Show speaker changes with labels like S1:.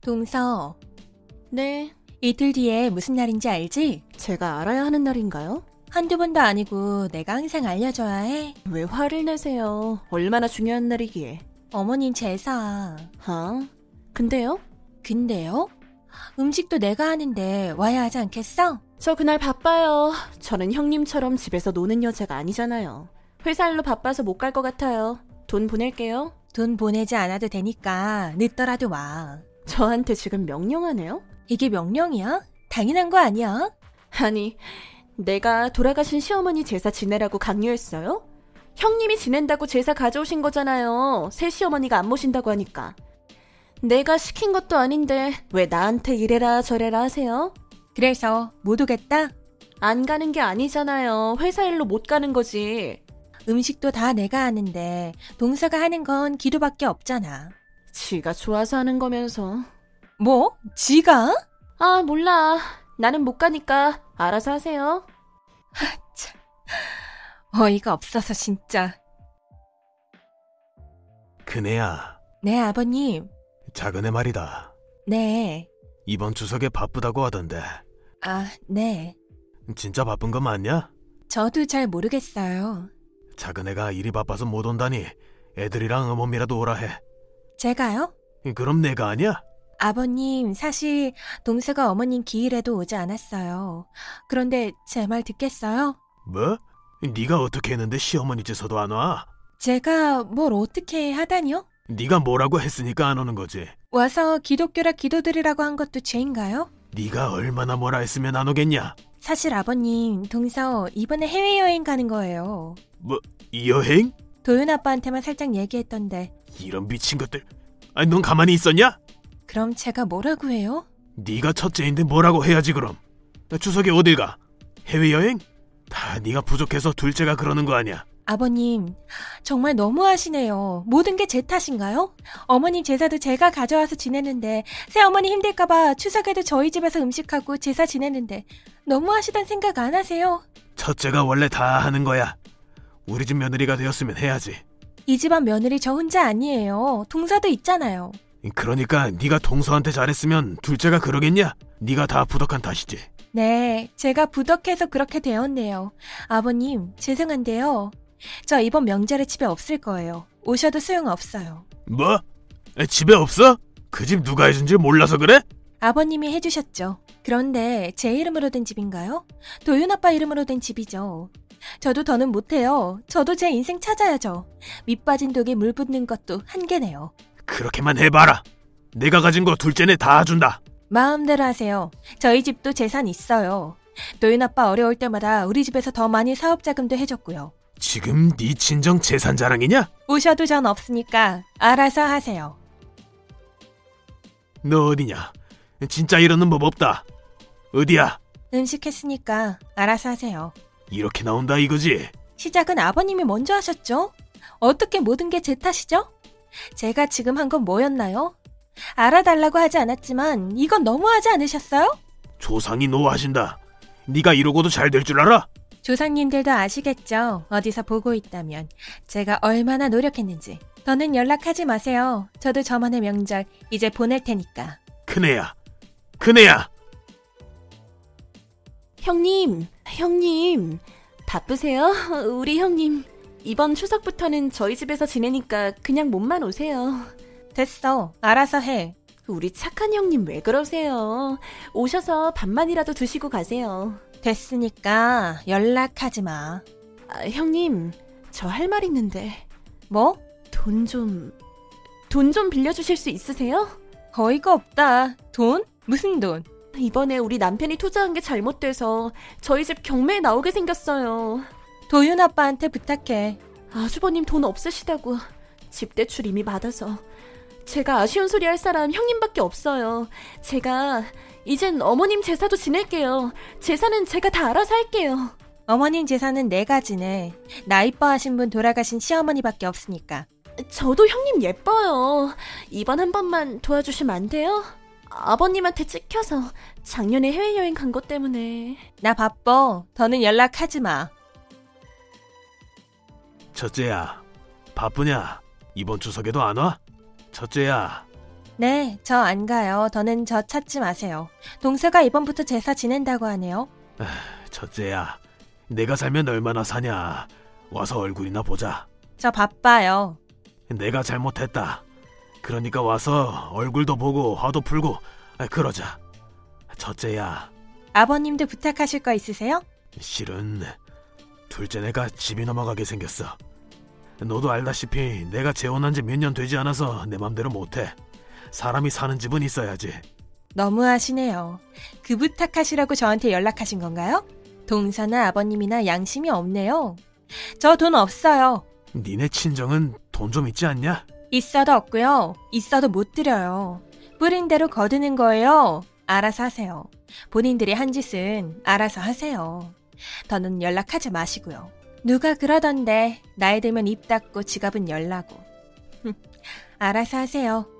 S1: 동서. 네. 이틀 뒤에 무슨 날인지 알지?
S2: 제가 알아야 하는 날인가요?
S1: 한두 번도 아니고 내가 항상 알려줘야 해.
S2: 왜 화를 내세요? 얼마나 중요한 날이기에.
S1: 어머님 제사.
S2: 아? 근데요?
S1: 근데요? 음식도 내가 하는데 와야 하지 않겠어?
S2: 저 그날 바빠요. 어, 저는 형님처럼 집에서 노는 여자가 아니잖아요. 회사 일로 바빠서 못 갈 것 같아요. 돈 보낼게요.
S1: 돈 보내지 않아도 되니까 늦더라도 와.
S2: 저한테 지금 명령하네요?
S1: 이게 명령이야? 당연한 거 아니야?
S2: 아니, 내가 돌아가신 시어머니 제사 지내라고 강요했어요? 형님이 지낸다고 제사 가져오신 거잖아요. 새 시어머니가 안 모신다고 하니까. 내가 시킨 것도 아닌데 왜 나한테 이래라 저래라 하세요?
S1: 그래서 못 오겠다?
S2: 안 가는 게 아니잖아요. 회사 일로 못 가는 거지.
S1: 음식도 다 내가 하는데 동서가 하는 건 기도밖에 없잖아.
S2: 지가 좋아서 하는 거면서.
S1: 뭐? 지가?
S2: 아, 몰라. 나는 못 가니까 알아서 하세요.
S1: 어이가 없어서 진짜.
S3: 그네야,
S1: 네, 아버님.
S3: 작은 애 말이다.
S1: 네.
S3: 이번 추석에 바쁘다고 하던데.
S1: 아, 네.
S3: 진짜 바쁜 거 맞냐?
S1: 저도 잘 모르겠어요.
S3: 작은 애가 일이 바빠서 못 온다니. 애들이랑 어머니라도 오라 해.
S1: 제가요?
S3: 그럼 내가 아니야?
S1: 아버님, 사실 동서가 어머님 기일에도 오지 않았어요. 그런데 제 말 듣겠어요?
S3: 뭐? 네가 어떻게 했는데 시어머니 집서도 안 와?
S1: 제가 뭘 어떻게 하다니요?
S3: 네가 뭐라고 했으니까 안 오는 거지.
S1: 와서 기독교라 기도드리라고 한 것도 죄인가요?
S3: 네가 얼마나 뭐라 했으면 안 오겠냐?
S1: 사실 아버님, 동서 이번에 해외여행 가는 거예요.
S3: 이 여행?
S1: 도윤 아빠한테만 살짝 얘기했던데
S3: 이런 미친 것들. 아니 넌 가만히 있었냐?
S1: 그럼 제가 뭐라고 해요?
S3: 네가 첫째인데 뭐라고 해야지 그럼. 추석에 어딜 가? 해외여행? 다 네가 부족해서 둘째가 그러는 거 아니야.
S1: 아버님, 정말 너무하시네요. 모든 게 제 탓인가요? 어머님 제사도 제가 가져와서 지내는데, 새어머니 힘들까봐 추석에도 저희 집에서 음식하고 제사 지내는데, 너무하시단 생각 안 하세요?
S3: 첫째가 원래 다 하는 거야. 우리 집 며느리가 되었으면 해야지.
S1: 이 집안 며느리 저 혼자 아니에요. 동서도 있잖아요.
S3: 그러니까 네가 동서한테 잘했으면 둘째가 그러겠냐? 네가 다 부덕한 탓이지.
S1: 네, 제가 부덕해서 그렇게 되었네요. 아버님, 죄송한데요. 저 이번 명절에 집에 없을 거예요. 오셔도 소용없어요.
S3: 뭐? 에, 집에 없어? 그 집 누가 해준 줄 몰라서 그래?
S1: 아버님이 해주셨죠. 그런데 제 이름으로 된 집인가요? 도윤 아빠 이름으로 된 집이죠. 저도 더는 못해요. 저도 제 인생 찾아야죠. 밑 빠진 독에 물 붓는 것도 한계네요.
S3: 그렇게만 해봐라. 내가 가진 거 둘째네 다 준다.
S1: 마음대로 하세요. 저희 집도 재산 있어요. 도윤 아빠 어려울 때마다 우리 집에서 더 많이 사업 자금도 해줬고요.
S3: 지금 네 친정 재산 자랑이냐?
S1: 오셔도 전 없으니까 알아서 하세요.
S3: 너 어디냐? 진짜 이러는 법 없다. 어디야?
S1: 음식 했으니까 알아서 하세요.
S3: 이렇게 나온다 이거지?
S1: 시작은 아버님이 먼저 하셨죠? 어떻게 모든 게 제 탓이죠? 제가 지금 한 건 뭐였나요? 알아달라고 하지 않았지만 이건 너무하지 않으셨어요?
S3: 조상이 노하신다. 네가 이러고도 잘 될 줄 알아?
S1: 조상님들도 아시겠죠? 어디서 보고 있다면 제가 얼마나 노력했는지. 더는 연락하지 마세요. 저도 저만의 명절 이제 보낼 테니까.
S3: 큰애야, 큰애야.
S2: 형님, 형님. 바쁘세요? 우리 형님. 이번 추석부터는 저희 집에서 지내니까 그냥 몸만 오세요.
S1: 됐어. 알아서 해.
S2: 우리 착한 형님 왜 그러세요? 오셔서 밥만이라도 드시고 가세요.
S1: 됐으니까 연락하지 마.
S2: 아, 형님, 저 할 말 있는데
S1: 뭐?
S2: 돈 좀... 돈 좀 빌려주실 수 있으세요?
S1: 어이가 없다. 돈? 무슨 돈?
S2: 이번에 우리 남편이 투자한 게 잘못돼서 저희 집 경매에 나오게 생겼어요.
S1: 도윤 아빠한테 부탁해.
S2: 아주버님 돈 없으시다고 집 대출 이미 받아서 제가 아쉬운 소리 할 사람 형님밖에 없어요. 제가 이젠 어머님 제사도 지낼게요. 제사는 제가 다 알아서 할게요.
S1: 어머님 재산은 네 가지네. 나 이뻐하신 분 돌아가신 시어머니밖에 없으니까.
S2: 저도 형님 예뻐요. 이번 한 번만 도와주시면 안 돼요? 아버님한테 찍혀서 작년에 해외여행 간 것 때문에
S1: 나 바빠. 더는 연락하지 마.
S3: 첫째야, 바쁘냐? 이번 추석에도 안 와? 첫째야,
S1: 네, 저 안 가요. 더는 저 찾지 마세요. 동서가 이번부터 제사 지낸다고 하네요.
S3: 첫째야, 내가 살면 얼마나 사냐. 와서 얼굴이나 보자.
S1: 저 바빠요.
S3: 내가 잘못했다. 그러니까 와서 얼굴도 보고 화도 풀고 아, 그러자. 첫째야,
S1: 아버님도 부탁하실 거 있으세요?
S3: 실은 둘째 내가 집이 넘어가게 생겼어. 너도 알다시피 내가 재혼한 지 몇 년 되지 않아서 내 맘대로 못해. 사람이 사는 집은 있어야지.
S1: 너무하시네요. 그 부탁하시라고 저한테 연락하신 건가요? 동서나 아버님이나 양심이 없네요. 저 돈 없어요.
S3: 니네 친정은 돈 좀 있지 않냐?
S1: 있어도 없고요. 있어도 못 드려요. 뿌린 대로 거두는 거예요. 알아서 하세요. 본인들이 한 짓은 알아서 하세요. 더는 연락하지 마시고요. 누가 그러던데 나이 들면 입 닫고 지갑은 열나고. 알아서 하세요.